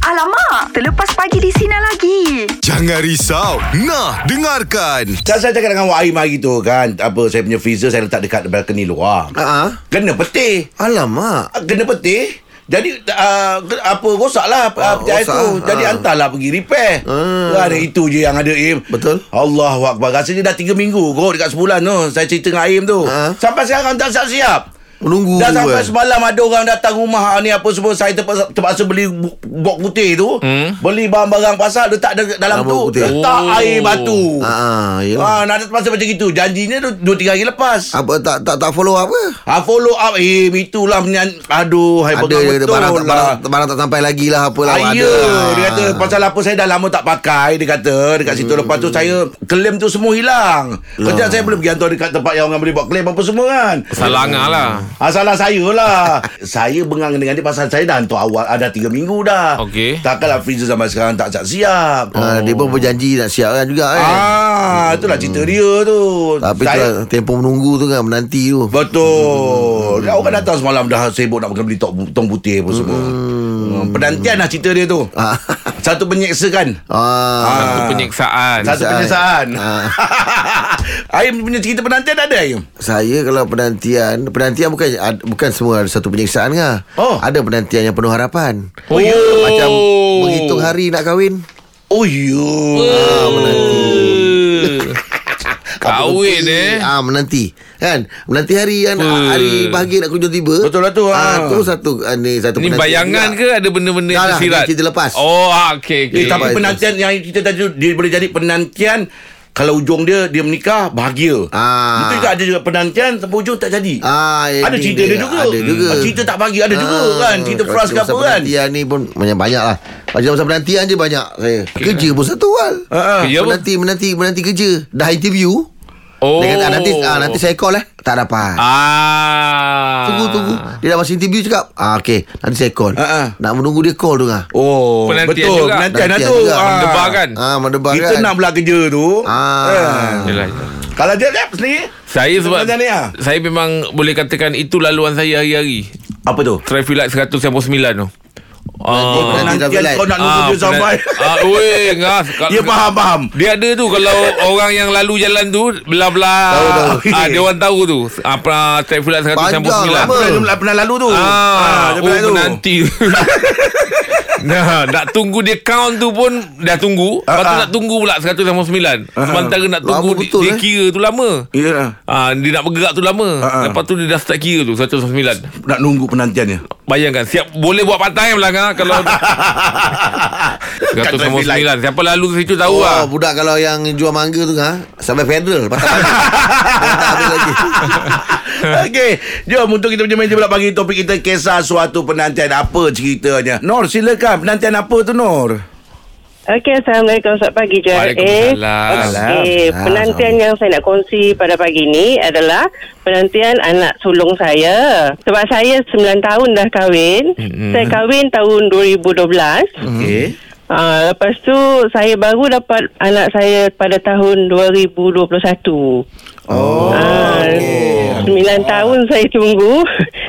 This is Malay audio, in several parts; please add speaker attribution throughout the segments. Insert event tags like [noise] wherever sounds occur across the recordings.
Speaker 1: Alamak, terlepas pagi di sini lagi.
Speaker 2: Jangan risau. Nah, dengarkan.
Speaker 3: Saya, saya cakap dengan Wak Aim hari tu kan Apa saya punya freezer Saya letak dekat balcony luar
Speaker 4: Ah,
Speaker 3: Kena petih
Speaker 4: alamak.
Speaker 3: Ah, Kena petih jadi uh, apa rosak lah uh, petai
Speaker 4: rosak
Speaker 3: tu.
Speaker 4: lah.
Speaker 3: Jadi
Speaker 4: Ah.
Speaker 3: hantarlah pergi repair.
Speaker 4: Ah.
Speaker 3: Ada itu je yang ada Im.
Speaker 4: Betul.
Speaker 3: Allah Akbar. Rasanya dah 3 minggu kot dekat sebulan tu. Saya cerita dengan Im tu.
Speaker 4: Ah.
Speaker 3: Sampai sekarang tak siap-siap.
Speaker 4: Menunggu
Speaker 3: Dah
Speaker 4: kan?
Speaker 3: sampai semalam ada orang datang rumah ah, ni apa semua saya terpaksa, terpaksa beli bu- bok putih tu. Beli barang-barang pasal letak de- dalam
Speaker 4: Dalam
Speaker 3: tu.
Speaker 4: bok putih.
Speaker 3: Letak
Speaker 2: Oh.
Speaker 3: air batu.
Speaker 4: Ah,
Speaker 3: Ah,
Speaker 4: ya.
Speaker 3: nak terpaksa macam gitu. Janjinya tu 2 3 hari lepas.
Speaker 4: Apa tak tak tak follow apa?
Speaker 3: Ah follow up eh itulah menyan aduh hai
Speaker 4: Ada
Speaker 3: pegang
Speaker 4: je
Speaker 3: betul
Speaker 4: barang tak
Speaker 3: Eh, lah.
Speaker 4: barang, barang tak sampai lagi lah apalah
Speaker 3: Ah, ya,
Speaker 4: ada.
Speaker 3: dia kata pasal apa saya dah lama tak pakai dia kata dekat
Speaker 4: Hmm.
Speaker 3: situ lepas tu saya claim tu semua
Speaker 4: Lah.
Speaker 3: hilang. Kerja saya boleh pergi hantar dekat tempat yang orang boleh buat claim apa semua kan.
Speaker 5: Salah angah
Speaker 4: Hmm.
Speaker 5: lah
Speaker 3: Ah, salah saya lah [laughs] Saya bengang dengan dia Pasal saya dah hantar awal Ada 3 minggu dah
Speaker 5: Okey.
Speaker 3: Takkanlah freezer sampai sekarang Tak siap
Speaker 4: Ah, dia pun berjanji nak siap kan juga kan.
Speaker 3: Ah, itulah cerita dia tu
Speaker 4: Tapi tu lah, tempoh menunggu tu kan menanti tu.
Speaker 3: Betul. Hmm. Orang datang semalam dah sibuk nak kena beli tong, tong putih apa semua. Hmm. Penantian lah cerita dia tu.
Speaker 4: Ah.
Speaker 3: Satu penyeksakan.
Speaker 4: Ah,
Speaker 5: Satu penyiksaan
Speaker 3: Satu penyiksaan.
Speaker 4: Ah.
Speaker 3: [laughs] Aim punya cerita penantian ada Aim?
Speaker 4: saya kalau penantian, penantian bukan ad- bukan semua ada satu penyiksaan kan.
Speaker 3: Oh.
Speaker 4: Ada penantian yang penuh harapan.
Speaker 5: Oh, ya.
Speaker 4: Macam menghitung hari nak kahwin.
Speaker 3: Oh, you.
Speaker 5: [laughs]
Speaker 4: Ah,
Speaker 5: Kahwin eh
Speaker 4: Ah menanti kan menanti hari kan
Speaker 5: Apa?
Speaker 4: hari bahagia nak kunjung tiba.
Speaker 3: Betul lah tu, ah.
Speaker 4: Ah tu satu ah, ni satu
Speaker 5: Ni
Speaker 4: penantian
Speaker 5: bayangan
Speaker 4: juga.
Speaker 5: ke Ada benda-benda
Speaker 4: Dah
Speaker 5: yang
Speaker 4: lah,
Speaker 5: tersirat
Speaker 4: kita lepas.
Speaker 5: Oh ah,
Speaker 3: Eh,
Speaker 5: okey okey.
Speaker 3: tapi
Speaker 4: Apa itu?
Speaker 3: penantian yang cerita tadi tu, dia boleh jadi penantian kalau ujung dia dia menikah bahagia.
Speaker 4: Ah.
Speaker 3: Itu juga ada juga penantian sampai ujung tak jadi.
Speaker 4: Ah, yang
Speaker 3: ada
Speaker 4: ni
Speaker 3: cerita dia, juga.
Speaker 4: Ada juga. Ah,
Speaker 3: Ah, Cerita tak bagi ada juga kan. Cerita
Speaker 4: kalau
Speaker 3: frust ke apa
Speaker 4: pasal
Speaker 3: kan.
Speaker 4: Penantian ni pun banyak banyak lah. Macam pasal penantian je banyak saya. Kerja pun satu hal.
Speaker 3: Ah, ah.
Speaker 5: Kerja apa?
Speaker 4: menanti, menanti, menanti kerja. Dah interview.
Speaker 5: Oh
Speaker 4: Dia kata "Ah,
Speaker 3: Oh.
Speaker 4: nanti, ah, nanti saya call eh. Tak dapat.
Speaker 5: Ah
Speaker 4: Tunggu, tunggu. Dia dah masuk interview cakap. Ah, okay. Nanti saya call.
Speaker 3: Ah, ah.
Speaker 4: Nak menunggu dia call tu lah.
Speaker 3: Oh,
Speaker 5: Penantian
Speaker 3: betul.
Speaker 5: juga.
Speaker 3: Penantian lah
Speaker 4: Penantian
Speaker 3: tu.
Speaker 4: juga.
Speaker 3: Ah.
Speaker 5: Mendebar kan?
Speaker 4: Ah, mendebar
Speaker 3: Kita
Speaker 4: kan.
Speaker 3: nak pula kerja tu.
Speaker 4: Ah.
Speaker 3: Eh.
Speaker 5: Yelah, yelah.
Speaker 3: Kalau dia jap sendiri.
Speaker 5: Saya
Speaker 3: Kita
Speaker 5: sebab
Speaker 3: belajar ni, ah.
Speaker 5: Saya memang boleh katakan Itu laluan saya hari-hari
Speaker 3: Apa tu?
Speaker 5: Traffic light 199 tu
Speaker 4: Nanti-
Speaker 5: Ah.
Speaker 4: nanti-
Speaker 3: Penantian
Speaker 4: Traffic
Speaker 3: kau nak nunggu dia
Speaker 5: penat-
Speaker 3: sampai. [laughs]
Speaker 5: ah, Weh ngas Kal-
Speaker 3: Dia faham, faham.
Speaker 5: Dia ada tu Kalau orang yang lalu jalan tu Belah-belah
Speaker 4: Tahu, tahu.
Speaker 5: ah, Dia orang tahu tu Apa Traffic light 199
Speaker 4: Panjang, lama.
Speaker 3: Pernah, pernah- pernah lalu tu.
Speaker 5: Ah,
Speaker 3: dia
Speaker 5: oh,
Speaker 3: pernah lalu.
Speaker 5: menanti [laughs] Nah, nak tunggu dia count tu pun dah tunggu. Lepas tu
Speaker 3: Ah, ah.
Speaker 5: nak tunggu pula 199. Sementara nak
Speaker 4: Lama
Speaker 5: tunggu dia,
Speaker 4: betul,
Speaker 5: dia
Speaker 4: eh.
Speaker 5: kira tu lama.
Speaker 3: Yelah.
Speaker 5: Ah, dia nak bergerak tu lama.
Speaker 3: ah.
Speaker 5: Lepas tu dia dah start kira tu 199.
Speaker 3: Nak nunggu penantiannya.
Speaker 5: Bayangkan siap boleh buat part time lah kan kalau
Speaker 3: Kan
Speaker 5: 199. Siapa lalu situ tahu
Speaker 4: Oh,
Speaker 5: lah.
Speaker 4: budak kalau yang jual mangga tu ha, sampai federal patah patah habis lagi.
Speaker 3: [laughs] Okey, jom untuk kita punya meja pula pagi topik kita kisah suatu penantian apa ceritanya. Nur silakan, penantian apa tu Nur?
Speaker 6: Okey, Assalamualaikum. Selamat pagi, JRA.
Speaker 5: Waalaikumsalam.
Speaker 6: Okey,
Speaker 4: Salam.
Speaker 6: penantian yang saya nak kongsi pada pagi ni adalah penantian anak sulung saya. Sebab saya 9 tahun dah kahwin. Mm-hmm. Saya kahwin tahun 2012. Mm.
Speaker 3: Okey.
Speaker 6: Uh, lepas tu, saya baru dapat anak saya pada tahun 2021.
Speaker 3: Hmm.
Speaker 4: Oh.
Speaker 6: Ah, Sembilan tahun saya tunggu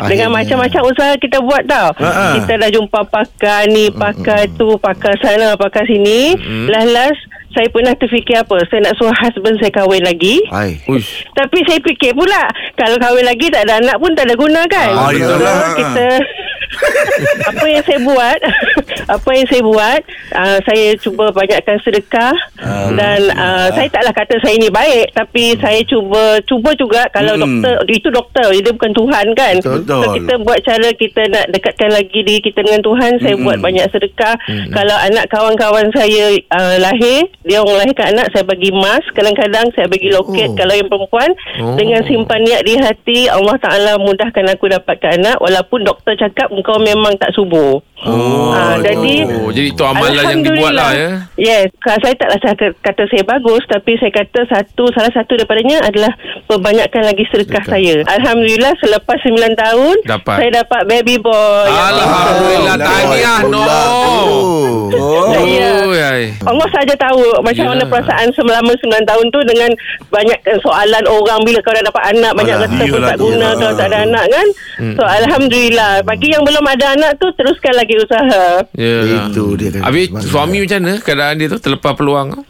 Speaker 6: Dengan macam-macam usaha kita buat tau
Speaker 3: Ha-ha.
Speaker 6: Kita dah jumpa pakar ni Pakar tu Pakar sana Pakar sini Last-last Saya pernah terfikir apa Saya nak suruh husband saya kahwin lagi
Speaker 4: Hai.
Speaker 5: Uish.
Speaker 6: Tapi saya fikir pula Kalau kahwin lagi tak ada anak pun tak ada guna kan
Speaker 3: Ah,
Speaker 6: So,
Speaker 3: itulah.
Speaker 6: Kita
Speaker 3: [laughs]
Speaker 6: apa yang saya buat [laughs] apa yang saya buat uh, saya cuba banyakkan sedekah
Speaker 3: Ah.
Speaker 6: dan uh, saya taklah kata saya ni baik tapi
Speaker 3: Hmm.
Speaker 6: saya cuba cuba juga kalau
Speaker 3: Mm-mm.
Speaker 6: doktor itu doktor dia bukan Tuhan kan
Speaker 3: Hmm. Betul.
Speaker 6: so kita buat cara kita nak dekatkan lagi diri kita dengan Tuhan saya buat banyak sedekah kalau anak kawan-kawan saya uh, lahir dia orang lahirkan anak saya bagi emas kadang-kadang saya bagi
Speaker 4: Oh.
Speaker 6: loket kalau yang perempuan
Speaker 5: Oh.
Speaker 6: dengan simpan niat di hati Allah Ta'ala mudahkan aku dapatkan anak walaupun doktor cakap kau memang tak subur
Speaker 3: Oh,
Speaker 6: Ah, jadi
Speaker 5: Oh, jadi itu amalan yang dibuat lah ya.
Speaker 6: Alhamdulillah. Yes, Ka- saya taklah saya kata, kata saya bagus tapi saya kata satu salah satu daripadanya adalah perbanyakkan lagi sedekah saya. Alhamdulillah selepas 9 tahun
Speaker 5: Dapat.
Speaker 6: saya dapat baby boy.
Speaker 5: Alhamdulillah
Speaker 3: Oh,
Speaker 5: tahniah
Speaker 4: Alhamdulillah.
Speaker 5: no.
Speaker 4: Oh.
Speaker 3: Oh.
Speaker 6: Saya
Speaker 5: Oh, ai.
Speaker 6: Allah saja tahu macam
Speaker 5: Yelah.
Speaker 6: mana perasaan selama 9 tahun tu dengan banyak eh, soalan orang bila kau dah dapat anak banyak
Speaker 3: Alah,
Speaker 6: kata pun
Speaker 3: iyalah
Speaker 6: tak
Speaker 3: tu.
Speaker 6: guna kalau tak ada anak kan. So alhamdulillah bagi yang belum ada anak tu teruskan lagi usaha.
Speaker 5: Yelah.
Speaker 4: Itu dia kan.
Speaker 5: Ya. Habis
Speaker 4: Sebab-
Speaker 5: suami macam mana keadaan dia tu terlepas peluang tu?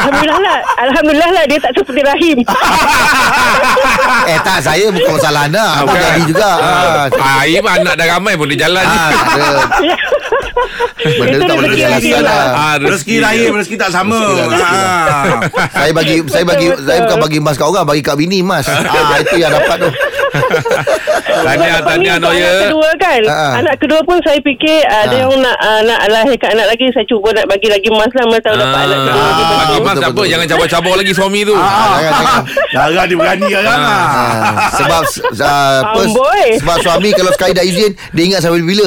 Speaker 6: Alhamdulillah lah Alhamdulillah lah Dia tak seperti Rahim
Speaker 4: Eh tak saya bukan salah anda. Aku
Speaker 5: bukan.
Speaker 4: jadi juga.
Speaker 5: Ah, Aib anak dah ramai boleh jalan.
Speaker 4: Ha.
Speaker 5: Ah.
Speaker 4: Ha. Benda
Speaker 6: Itu
Speaker 4: tak boleh
Speaker 6: rezeki
Speaker 4: dijelaskan
Speaker 6: Rahim
Speaker 4: lah.
Speaker 6: lah.
Speaker 5: Ah,
Speaker 3: Rezeki Rahim Rezeki tak sama ha.
Speaker 4: Saya bagi saya bagi
Speaker 6: Betul,
Speaker 4: saya bukan
Speaker 6: betul.
Speaker 4: bagi emas kat orang, bagi kat bini emas. Ah itu yang dapat tu.
Speaker 5: Tahniah,
Speaker 6: Sebab
Speaker 5: tahniah
Speaker 6: suami
Speaker 5: Noya.
Speaker 6: untuk Anak kedua kan
Speaker 4: Ha.
Speaker 6: Anak kedua pun saya fikir uh, Dia
Speaker 4: Ha.
Speaker 6: orang nak uh, Nak lahirkan anak lagi Saya cuba nak bagi lagi emas lah Mana tahu dapat anak kedua lagi
Speaker 5: Ah, Bagi
Speaker 6: betul.
Speaker 5: mas
Speaker 4: Betul,
Speaker 5: tak apa
Speaker 4: betul. Ah.
Speaker 5: Jangan cabar-cabar lagi suami tu
Speaker 4: Jangan jangan.
Speaker 3: Darah dia berani kan ha.
Speaker 4: Ah, sebab uh, apa,
Speaker 6: Amboi.
Speaker 4: sebab suami kalau sekali dah izin dia ingat sampai bila.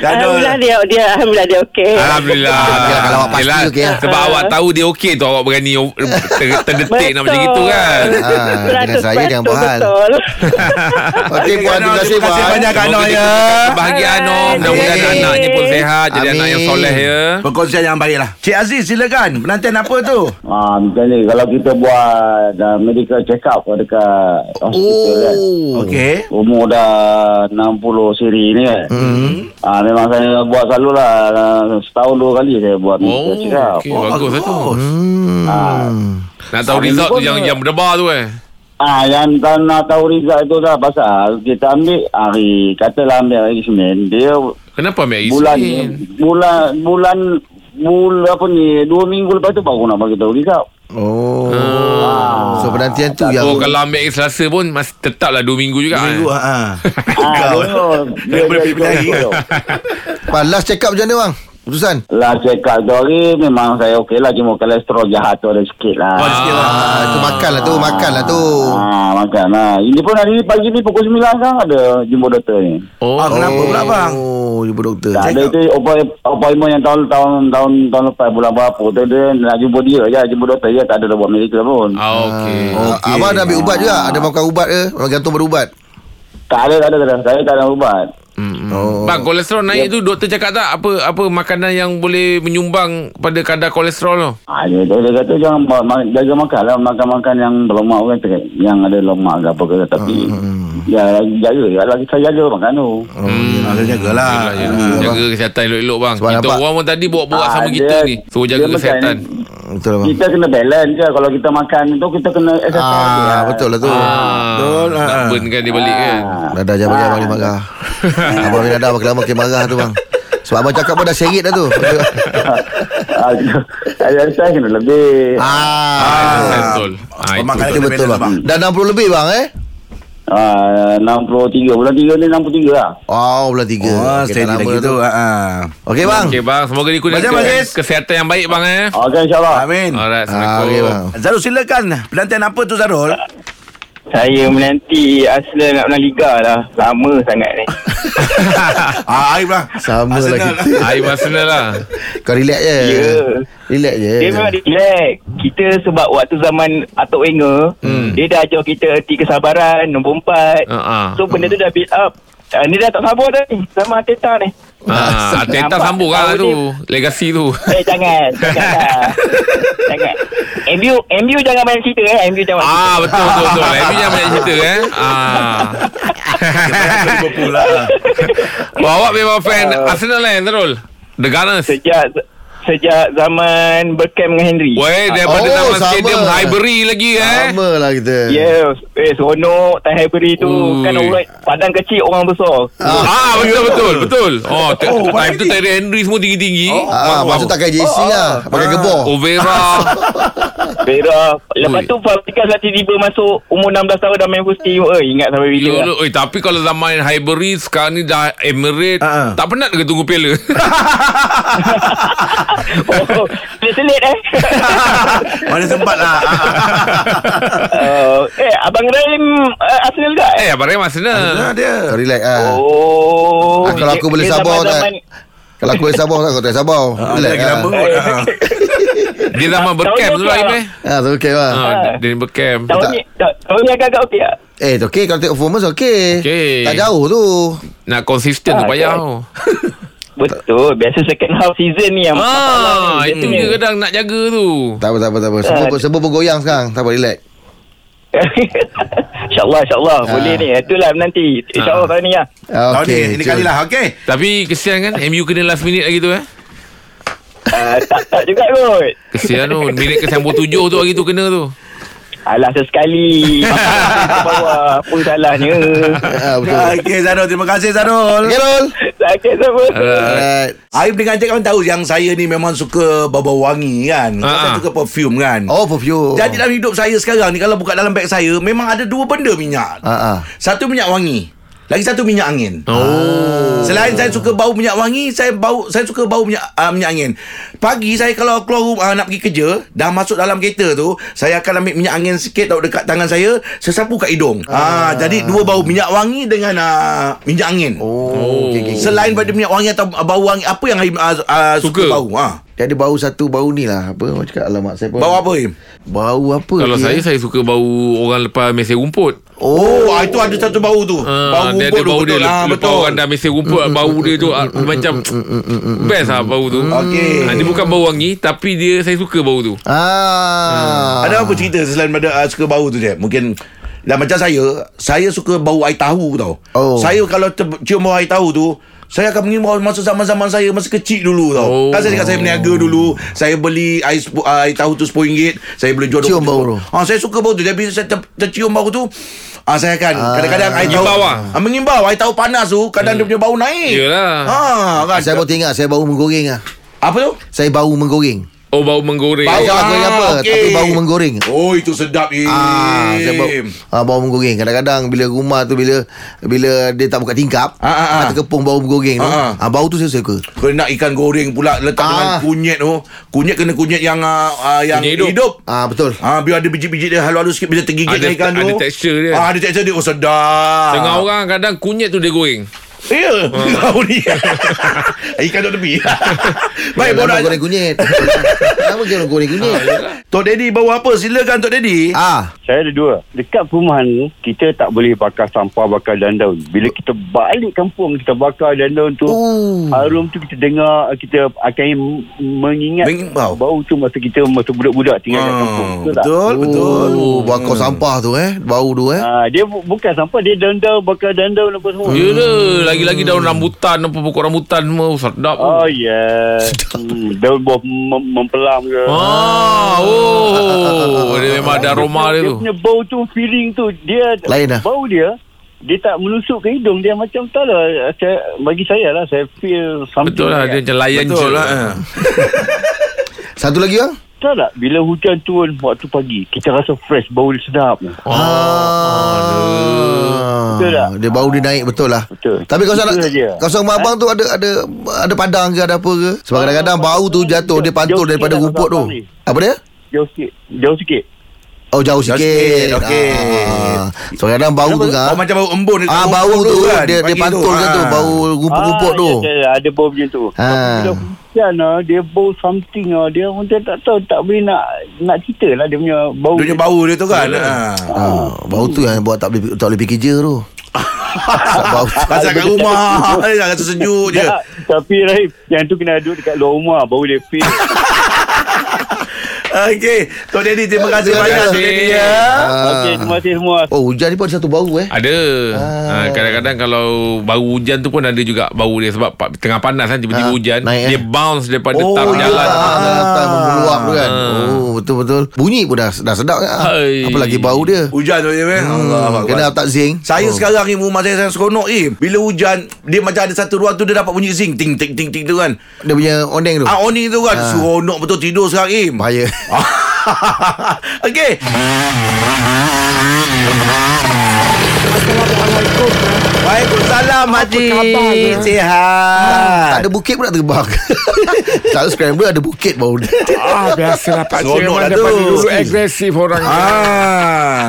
Speaker 6: Alhamdulillah dia, dia Alhamdulillah dia okey
Speaker 5: Alhamdulillah
Speaker 4: Alhamdulillah, Ah, kalau awak pasti
Speaker 5: Yelah,
Speaker 4: okey lah.
Speaker 5: Sebab awak tahu dia okey tu Awak berani o- ter- terdetik nak macam itu kan
Speaker 4: Ha, dengan saya jangan
Speaker 6: Ah, Betul,
Speaker 4: berhal.
Speaker 5: [laughs]
Speaker 6: betul.
Speaker 4: Okey puan terima kasih
Speaker 3: Terima kasih
Speaker 4: puan.
Speaker 3: banyak Kak Noh
Speaker 5: Semoga
Speaker 3: ya
Speaker 5: dia Kebahagiaan
Speaker 6: Hai.
Speaker 5: Om Mudah-mudahan
Speaker 4: Amin.
Speaker 5: anaknya pun sehat Jadi anak yang
Speaker 4: Amin.
Speaker 5: soleh ya
Speaker 3: Perkongsian yang baik lah Cik Aziz silakan Penantian apa tu
Speaker 7: Ah, macam ni kalau kita buat uh, medical check up dekat hospital kan.
Speaker 4: Oh.
Speaker 3: Okey
Speaker 7: Umur dah 60 siri ni kan. Hmm. Ah, memang saya buat selalulah ah, setahun dua kali saya buat medical
Speaker 5: Oh,
Speaker 7: check up.
Speaker 5: okey, bagus lah tu
Speaker 4: Oh, Hmm.
Speaker 5: Nak tahu result tu Yang yang berdebar tu eh
Speaker 7: Ah, yang tak nak tahu result tu dah pasal kita ambil ah, hari katalah ambil hari Senin dia
Speaker 5: Kenapa ambil izin
Speaker 7: bulan bulan bulan bulan apa ni dua minggu lepas tu baru nak bagi tahu result.
Speaker 4: Oh.
Speaker 7: Ah.
Speaker 4: So penantian tu yang
Speaker 5: Oh kalau ambil hari Selasa pun masih Tetaplah 2 minggu juga
Speaker 3: Minggu
Speaker 5: eh.
Speaker 3: ha.
Speaker 7: Ah, betul.
Speaker 3: Dia boleh pergi penari
Speaker 7: betul.
Speaker 4: Pan, last check up macam mana bang? Keputusan
Speaker 7: Lah check up tu hari memang saya okey lah cuma kolesterol jahat tu ada sikit lah.
Speaker 3: Oh, sikit lah.
Speaker 4: ah, Itu makan lah tu Makan lah tu
Speaker 7: Ah, makan lah. Ini pun hari ni pagi ni pukul 9 kan ada jumpa doktor ni.
Speaker 5: Oh
Speaker 3: Ah, Kenapa pula bang
Speaker 4: Oh jumpa doktor
Speaker 7: Tak ada itu appoint- appointment yang tahun tahun tahun tahun lepas bulan berapa tu dia nak jumpa dia je jumpa doktor je tak ada dah buat medical pun.
Speaker 5: Ah, Okey
Speaker 4: Ah,
Speaker 3: Okey.
Speaker 4: Abang dah ambil ubat juga Ada makan ubat ke Orang gantung berubat
Speaker 7: Tak ada tak ada tak ada. Saya tak ada ubat.
Speaker 4: Oh
Speaker 5: Bang kolesterol naik tu doktor cakap tak apa apa makanan yang boleh menyumbang pada kadar kolesterol tu?
Speaker 7: Ah, dia, dia, dia kata jangan ma- ma- jaga makan lah makan-makan yang berlemak kan tengok, yang ada lemak ke apa ke tapi ya jaga ya lagi saya jaga makan tu.
Speaker 4: oh,
Speaker 5: Hmm.
Speaker 4: ya.
Speaker 3: Ah, Kena jagalah
Speaker 5: Yelah, yelah. Ya, Jaga kesihatan elok-elok bang.
Speaker 4: Sebab
Speaker 5: kita
Speaker 4: nampak-
Speaker 5: orang pun tadi bawa-bawa
Speaker 7: Ah,
Speaker 5: sama
Speaker 7: dia-
Speaker 5: kita ni. Suruh
Speaker 7: dia
Speaker 5: jaga
Speaker 7: macam
Speaker 5: kesihatan.
Speaker 4: Betul abang
Speaker 7: Kita kena balance je Kalau kita makan tu Kita kena exercise je lah.
Speaker 4: Ah, Betul Ah. lah tu
Speaker 5: Ah,
Speaker 3: Betul,
Speaker 5: nak
Speaker 3: ah.
Speaker 5: burn kan dia balik kan.
Speaker 4: Nada jangan bagi abang ni marah Abang ni nada makin lama makin marah tu bang Sebab abang cakap pun dah sengit dah tu
Speaker 7: [laughs] Ah, Exercise kena lebih
Speaker 4: Ah
Speaker 5: Ah, betul. Ah, itu.
Speaker 3: Makan
Speaker 4: Itu betul bang Dah 60 lebih bang eh
Speaker 7: ah, 63 Bulan 3 ni 63 lah
Speaker 4: Oh bulan 3
Speaker 3: Oh, steady lagi tu. Ha. ah.
Speaker 4: Okey bang
Speaker 5: Okey bang, semoga dikurniakan
Speaker 3: Macam mana, Aziz?
Speaker 5: kesihatan yang baik bang eh.
Speaker 7: Okay Ah, insyaAllah
Speaker 3: Amin.
Speaker 4: Ah,
Speaker 5: Alright,
Speaker 4: okey
Speaker 5: Assalamualaikum.
Speaker 4: bang
Speaker 3: Zarul silakan. Penantian apa tu Zarul?
Speaker 8: Saya menanti Arsenal nak menang Liga lah. Lama sangat ni.
Speaker 3: ah, Aib lah.
Speaker 4: Sama lah
Speaker 3: Arsenal
Speaker 4: kita
Speaker 5: [laughs] Air Arsenal lah.
Speaker 4: Kau relax je
Speaker 8: Ya.
Speaker 4: Relax je
Speaker 8: Dia memang relax. Kita sebab waktu zaman Atok Wenger,
Speaker 5: Hmm.
Speaker 8: dia dah ajar kita erti kesabaran, nombor empat.
Speaker 5: Ha, ha.
Speaker 8: So, benda tu dah build up. Uh, ni dah tak sabar dah ni. Sama Ateta ni. [laughs]
Speaker 5: Ah, Ateta
Speaker 8: Nampak
Speaker 5: sambung lah
Speaker 8: tahu
Speaker 5: tu. Legasi tu.
Speaker 8: [laughs] Eh, jangan.
Speaker 5: [laughs]
Speaker 8: Jangan lah. jangan. MU, MU jangan banyak cerita eh. MU jangan banyak cerita.
Speaker 5: Ah, betul betul betul. Ini jangan banyak cerita eh. Ah.
Speaker 3: Liverpool lah.
Speaker 5: Wah, awak memang fan Arsenal eh, Zarul. The Gunners.
Speaker 8: Sejak sejak zaman Beckham dengan Henry.
Speaker 5: Weh, daripada
Speaker 4: Oh,
Speaker 5: nama
Speaker 4: sama.
Speaker 5: stadium Highbury lagi eh.
Speaker 4: Sama lah kita
Speaker 8: Yes, eh seronok Tan Highbury tu
Speaker 5: Ui.
Speaker 8: kan orang padang kecil orang
Speaker 4: [laughs]
Speaker 8: besar.
Speaker 5: Ah, ah betul betul betul. Oh, te-
Speaker 3: Oh,
Speaker 5: time tu Terry Henry semua tinggi-tinggi.
Speaker 4: Ah,
Speaker 5: Wow.
Speaker 4: Masa pakai JC
Speaker 8: Oh.
Speaker 4: lah Pakai
Speaker 8: Ah.
Speaker 4: gebor
Speaker 5: Oh, Overa.
Speaker 8: Vera Lepas
Speaker 5: Ui.
Speaker 8: tu Fabregas lah tiba-tiba masuk Umur 16 tahun dah main full team Eh ingat sampai bila
Speaker 5: Yo,
Speaker 8: lah.
Speaker 5: lo, eh, tapi kalau zaman Highbury sekarang ni dah Emirates,
Speaker 3: Ah, ah.
Speaker 5: tak penat ke tunggu piala? [laughs]
Speaker 8: Oh Selit-selit
Speaker 4: [laughs]
Speaker 8: eh
Speaker 3: Mana sempat lah. ah.
Speaker 8: uh, Eh
Speaker 4: Ah.
Speaker 8: Abang Rahim uh, Arsenal juga eh
Speaker 5: eh, apa Rem
Speaker 3: Ah,
Speaker 5: Arsenal?
Speaker 3: dia.
Speaker 4: Kau relax ah.
Speaker 8: Oh
Speaker 4: Ah, kalau aku boleh sabar tak
Speaker 8: zaman-zaman-
Speaker 4: Kalau aku boleh sabar tak Kau tak sabar
Speaker 3: Ah, dia
Speaker 4: Relax
Speaker 3: lagi lama kot. Ah.
Speaker 5: Dia zaman
Speaker 8: Tahun
Speaker 5: Beckham
Speaker 8: tu
Speaker 5: tu lah
Speaker 8: lah.
Speaker 5: Im, eh.
Speaker 4: ah. Ah, tu okey lah
Speaker 5: Ha, dia Beckham.
Speaker 8: Tahun
Speaker 4: tak.
Speaker 8: ni ta- Tahun ni agak-agak okey tak
Speaker 4: Eh tu okey Kalau tengok performance okey
Speaker 5: Okey.
Speaker 4: Tak jauh tu
Speaker 5: Nak konsisten tu
Speaker 8: Ah,
Speaker 5: payah.
Speaker 8: okey.
Speaker 5: tau.
Speaker 8: Betul. Biasa second half season ni yang
Speaker 5: Ah,
Speaker 8: ni. Dia
Speaker 5: itu dia
Speaker 8: punya-
Speaker 5: kadang nak jaga tu.
Speaker 4: Tak apa, tak apa, tak apa. Semua,
Speaker 8: Ah.
Speaker 4: semua bergoyang sekarang. Tak apa, relax.
Speaker 8: [laughs] InsyaAllah, insyaAllah.
Speaker 4: Ah.
Speaker 8: Boleh ni. Itulah nanti. InsyaAllah tahun ni lah.
Speaker 3: Tahun ni,
Speaker 4: Okey.
Speaker 3: ini
Speaker 4: cik.
Speaker 3: kali lah, okey?
Speaker 5: Tapi kesian kan MU kena last minute lagi tu eh.
Speaker 8: Ah, tak, tak juga kot.
Speaker 5: Kesian tu Minit ke sambung tujuh tu hari tu kena tu
Speaker 8: Alah sesekali. Ke bawah. Apa salahnya.
Speaker 4: Ah, betul.
Speaker 3: Okey, Zarul. Terima kasih, Zarul.
Speaker 4: Okey, Rol.
Speaker 8: Sakit sama.
Speaker 3: Ah.
Speaker 5: Ah,
Speaker 4: Alright.
Speaker 3: Aib dengan Jack kan tahu yang saya ni memang suka bau-bau wangi kan. Saya
Speaker 5: Ah, ah.
Speaker 3: suka perfume kan.
Speaker 4: Oh, perfume.
Speaker 3: Jadi dalam hidup saya sekarang ni kalau buka dalam beg saya memang ada dua benda minyak.
Speaker 4: Ah, ah.
Speaker 3: Satu minyak wangi. Lagi satu minyak angin.
Speaker 5: Oh
Speaker 3: Selain saya suka bau minyak wangi, saya bau saya suka bau minyak uh, minyak angin. Pagi saya kalau keluar rumah uh, nak pergi kerja, dah masuk dalam kereta tu, saya akan ambil minyak angin sikit taruh dekat tangan saya, saya sapu kat hidung. Ah, jadi dua bau minyak wangi dengan uh, minyak angin.
Speaker 4: Oh, okey, okey.
Speaker 3: Selain pada minyak wangi atau uh, bau wangi apa yang Aim uh, uh, suka.
Speaker 5: Suka.
Speaker 3: bau? Ha.
Speaker 4: Jadi bau satu bau ni lah Apa orang cakap Alamak saya pun
Speaker 3: Bau apa Aim?
Speaker 4: Bau apa
Speaker 5: oh. Kalau
Speaker 4: dia?
Speaker 5: saya Saya suka bau Orang lepas mesin rumput
Speaker 3: Oh, ah, itu ada satu bau tu.
Speaker 5: Ah, Dia
Speaker 3: rumput
Speaker 5: ada
Speaker 3: tu,
Speaker 5: bau
Speaker 3: betul. Ah,
Speaker 5: dia lep- Lepas
Speaker 3: betul.
Speaker 5: orang dah mesin rumput Bau dia tu ah, Macam Best lah bau tu
Speaker 3: Okey.
Speaker 5: Ah, Dia bukan bau wangi Tapi dia Saya suka bau tu
Speaker 4: Ah.
Speaker 3: Ada apa cerita selain pada uh, suka bau tu je? Mungkin lah macam saya, saya suka bau air tahu tau.
Speaker 4: Oh.
Speaker 3: Saya kalau ter, cium bau air tahu tu, saya akan mengimbau masa zaman-zaman saya masa kecil dulu tau.
Speaker 5: Oh.
Speaker 3: Kan saya cakap saya berniaga dulu, saya beli air, sepu- air tahu tu RM10, saya boleh jual
Speaker 4: Cium bau tu.
Speaker 3: Ha, saya suka bau tu. Jadi bila saya ter, tercium bau tu, Ah saya akan
Speaker 4: Ah.
Speaker 3: kadang-kadang air tahu
Speaker 5: Mengimbau lah.
Speaker 3: ah, mengimbau air tahu panas tu kadang dia punya bau naik.
Speaker 5: Yelah.
Speaker 3: Ha kan.
Speaker 4: Saya baru teringat Saya bau menggoreng lah
Speaker 3: apa tu?
Speaker 4: Saya bau menggoreng
Speaker 5: Oh bau menggoreng
Speaker 4: Bau
Speaker 3: Ah,
Speaker 4: tak goreng apa
Speaker 3: okey.
Speaker 4: Tapi bau menggoreng
Speaker 3: Oh itu sedap eh.
Speaker 4: Ah, saya bau, ah, bau menggoreng Kadang-kadang bila rumah tu Bila bila dia tak buka tingkap
Speaker 3: Ah, ah, ah.
Speaker 4: Terkepung bau menggoreng tu
Speaker 3: Ah,
Speaker 4: ah.
Speaker 3: ah.
Speaker 4: Bau tu saya suka
Speaker 3: Kena ikan goreng pula letak
Speaker 4: Ah.
Speaker 3: dengan kunyit tu. Kunyit kena kunyit yang uh, uh, yang
Speaker 5: Kunyit
Speaker 3: hidup.
Speaker 5: hidup.
Speaker 3: hidup.
Speaker 4: ah, Betul
Speaker 3: Ah biar ada biji-biji dia halus-halus sikit bila tergigit
Speaker 5: Ada-
Speaker 3: dengan ikan tu.
Speaker 5: ada tekstur dia.
Speaker 3: Ah ada tekstur dia oh sedap.
Speaker 5: Tengah orang Ah. kadang kunyit tu dia goreng
Speaker 3: Ya. [laughs] Kau ni. ikan duk tepi. [laughs] Baik
Speaker 4: Lama
Speaker 3: borak.
Speaker 4: goreng
Speaker 3: [laughs]
Speaker 4: kunyit Lama kena goreng kunyit
Speaker 3: Tok Daddy bawa apa? Silakan Tok Daddy.
Speaker 4: Ah,
Speaker 9: Saya ada dua. Dekat perumahan ni, kita tak boleh bakar sampah, bakar dandaun. Bila kita balik kampung, kita bakar dandaun tu,
Speaker 4: Ooh.
Speaker 9: harum tu kita dengar, kita akan mengingat
Speaker 3: Mengimbau.
Speaker 9: bau tu masa kita, masa budak-budak tinggal kat kampung. Betul tak?
Speaker 3: Hmm, Oh, betul, betul. Ah.
Speaker 4: Oh, bakar sampah tu eh Bau tu eh
Speaker 9: Ha, dia bu- bukan sampah, dia dandaun, bakar dandaun apa semua.
Speaker 5: Yelah Oh, ya Lagi-lagi daun rambutan Apa pokok rambutan semua Sedap
Speaker 9: Oh, yeah. Hmm, daun buah mem- mempelam ke.
Speaker 5: Ah, [laughs] oh, dia memang ada aroma dia
Speaker 9: dia
Speaker 5: tu.
Speaker 9: punya bau tu feeling tu dia
Speaker 4: Lain lah.
Speaker 9: bau dia dia tak menusuk ke hidung dia macam tak lah saya, bagi saya lah saya feel something
Speaker 5: Betul lah, dia
Speaker 9: kan.
Speaker 5: macam layan je.
Speaker 3: Betul lah. eh.
Speaker 4: Satu lagi bang
Speaker 9: tak tak bila hujan turun waktu pagi kita rasa fresh bau dia sedap
Speaker 4: Ah,
Speaker 9: Betul tak?
Speaker 4: Dia bau dia naik betul lah.
Speaker 9: Betul.
Speaker 4: Tapi kawasan
Speaker 9: Itu saja. Eh?
Speaker 4: kawasan rumah abang tu ada ada ada padang ke ada apa ke? Sebab kadang-kadang bau tu jatuh dia pantul
Speaker 9: Jauh
Speaker 4: daripada
Speaker 9: sikit lah
Speaker 4: rumput tu.
Speaker 9: kawasan abang
Speaker 4: Apa dia?
Speaker 9: jauh sikit jauh sikit
Speaker 4: Oh jauh sikit.
Speaker 3: Jauh sikit, okey.
Speaker 4: Ah. So kadang bau tu kan.
Speaker 3: Oh macam bau embun dekat
Speaker 4: Ah
Speaker 3: rumput
Speaker 4: bau tu
Speaker 3: kan,
Speaker 4: dia dia
Speaker 3: pagi
Speaker 4: pantul kan tu
Speaker 3: Ah.
Speaker 4: bau rumput-rumput tu.
Speaker 9: ya, ya, ya, ada bau macam tu
Speaker 4: Ha.
Speaker 9: Tapi bila hujan ah, dia bau something ah, dia macam tak tahu tak boleh nak nak cerita lah dia punya bau
Speaker 3: Dia punya bau dia tu kan. Ah.
Speaker 4: Ah, bau tu yang buat tak boleh tak boleh fikir je
Speaker 9: [laughs]
Speaker 4: tu. Sebab bau tu.
Speaker 3: Pasal kat
Speaker 4: [laughs]
Speaker 3: rumah Eh, Dah rasa sejuk je
Speaker 9: Tak, tapi Rahim yang tu kena duduk dekat luar rumah baru dia feel
Speaker 3: Okey Tok Daddy terima kasih
Speaker 4: Terima
Speaker 3: banyak
Speaker 4: kasih.
Speaker 3: Tok Daddy ya
Speaker 9: Okey, terima kasih semua.
Speaker 4: Oh hujan ni pun ada satu bau eh.
Speaker 5: Ada. Ha,
Speaker 4: Ah.
Speaker 5: kadang-kadang kalau baru hujan tu pun ada juga bau dia sebab pa- tengah panas kan
Speaker 4: Ah,
Speaker 5: tiba-tiba hujan
Speaker 4: naik, eh.
Speaker 5: dia bounce daripada
Speaker 3: Oh,
Speaker 5: tap
Speaker 3: ya.
Speaker 5: jalan.
Speaker 4: Ah,
Speaker 3: Ah.
Speaker 4: datang meluap tu kan. Oh betul betul. Bunyi pun dah dah sedap kan. Ah,
Speaker 5: Hai.
Speaker 4: Apalagi bau dia.
Speaker 3: Hujan tu je eh? Allah
Speaker 4: Hmm, Kena Hmm. tak zing.
Speaker 3: Saya oh. sekarang ni rumah saya sangat seronok eh. Bila hujan, dia macam ada satu ruang tu dia dapat bunyi zing ting ting ting ting tu kan.
Speaker 4: Dia punya oneng tu.
Speaker 3: Ah oni tu kan
Speaker 4: Ah.
Speaker 3: seronok betul tidur sekarang im.
Speaker 4: Bahaya.
Speaker 3: [laughs] Okey. Waalaikumsalam Haji.
Speaker 4: Tak
Speaker 3: Sihat.
Speaker 4: ada bukit pun nak terbang. [laughs] Kalau scrambler ada bukit bau dia.
Speaker 5: Ah, biasalah Pak
Speaker 3: Cik Seronok Rahman lah tu. daripada dulu
Speaker 5: agresif orang.
Speaker 3: Ah.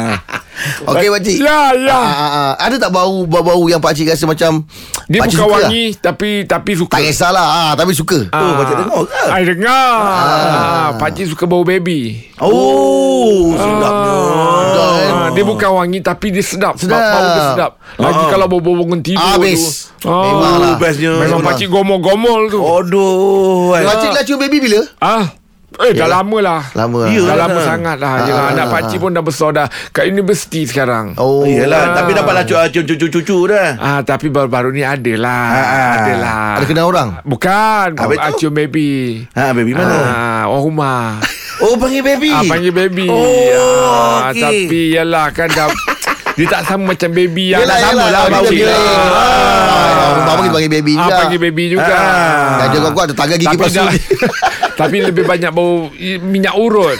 Speaker 4: Okey pakcik.
Speaker 5: ya.
Speaker 4: Ah, ah, ah. ada tak bau bau yang pakcik rasa macam pakcik suka lah?
Speaker 5: tapi tapi suka.
Speaker 4: Tak kisahlah ah, tapi suka.
Speaker 3: Oh, pakcik dengar ke?
Speaker 5: I dengar.
Speaker 4: Ah.
Speaker 5: Ah, pakcik suka bau baby.
Speaker 3: Oh, sedapnya.
Speaker 4: Betul, kan?
Speaker 5: Ah. eh. dia bukan wangi tapi dia sedap. Sedap.
Speaker 4: Sedap.
Speaker 5: Bau dia sedap. Lagi
Speaker 3: Ah.
Speaker 5: kalau bau-bau bangun tidur
Speaker 4: Habis. lah.
Speaker 5: tu. Ah.
Speaker 4: Memanglah.
Speaker 3: Oh, bestnya.
Speaker 5: Memang
Speaker 4: Memang.
Speaker 5: pakcik gomol-gomol tu.
Speaker 3: Oh. Aduh. ai.
Speaker 4: Pakcik lah cium baby bila?
Speaker 5: Ah. Eh dah lama lah
Speaker 4: Lama lah.
Speaker 5: Dah
Speaker 3: Yelah.
Speaker 5: lama sangat lah
Speaker 4: Ah,
Speaker 5: Yelah,
Speaker 4: ah,
Speaker 5: Anak
Speaker 4: ah,
Speaker 5: pakcik pun dah besar dah Kat universiti sekarang
Speaker 4: Oh.
Speaker 3: Yelah Tapi dapatlah ah, cucu-cucu dah
Speaker 5: Ah, Tapi baru-baru ni ada lah
Speaker 3: ah.
Speaker 5: Ada lah
Speaker 4: Ada kenal orang?
Speaker 5: Bukan
Speaker 3: Habis tu?
Speaker 5: Acun baby
Speaker 3: Ha baby mana
Speaker 5: Ah, Orang rumah
Speaker 3: Oh panggil baby
Speaker 5: Ah, panggil baby.
Speaker 3: Oh,
Speaker 5: ah,
Speaker 3: okey.
Speaker 5: Tapi yalah kan dah
Speaker 4: [laughs]
Speaker 5: dia tak sama macam baby yang
Speaker 4: Yelah,
Speaker 5: tak sama
Speaker 4: yelah,
Speaker 5: lah
Speaker 4: abang
Speaker 5: pakcik.
Speaker 4: dia lain. Ah, rumah abang kita panggil baby
Speaker 5: ah,
Speaker 4: juga.
Speaker 5: Panggil baby juga.
Speaker 3: Ah.
Speaker 4: Dah jaga kuat tetangga gigi palsu [laughs]
Speaker 5: dah-
Speaker 4: ni.
Speaker 5: tapi lebih banyak bau i- minyak urut.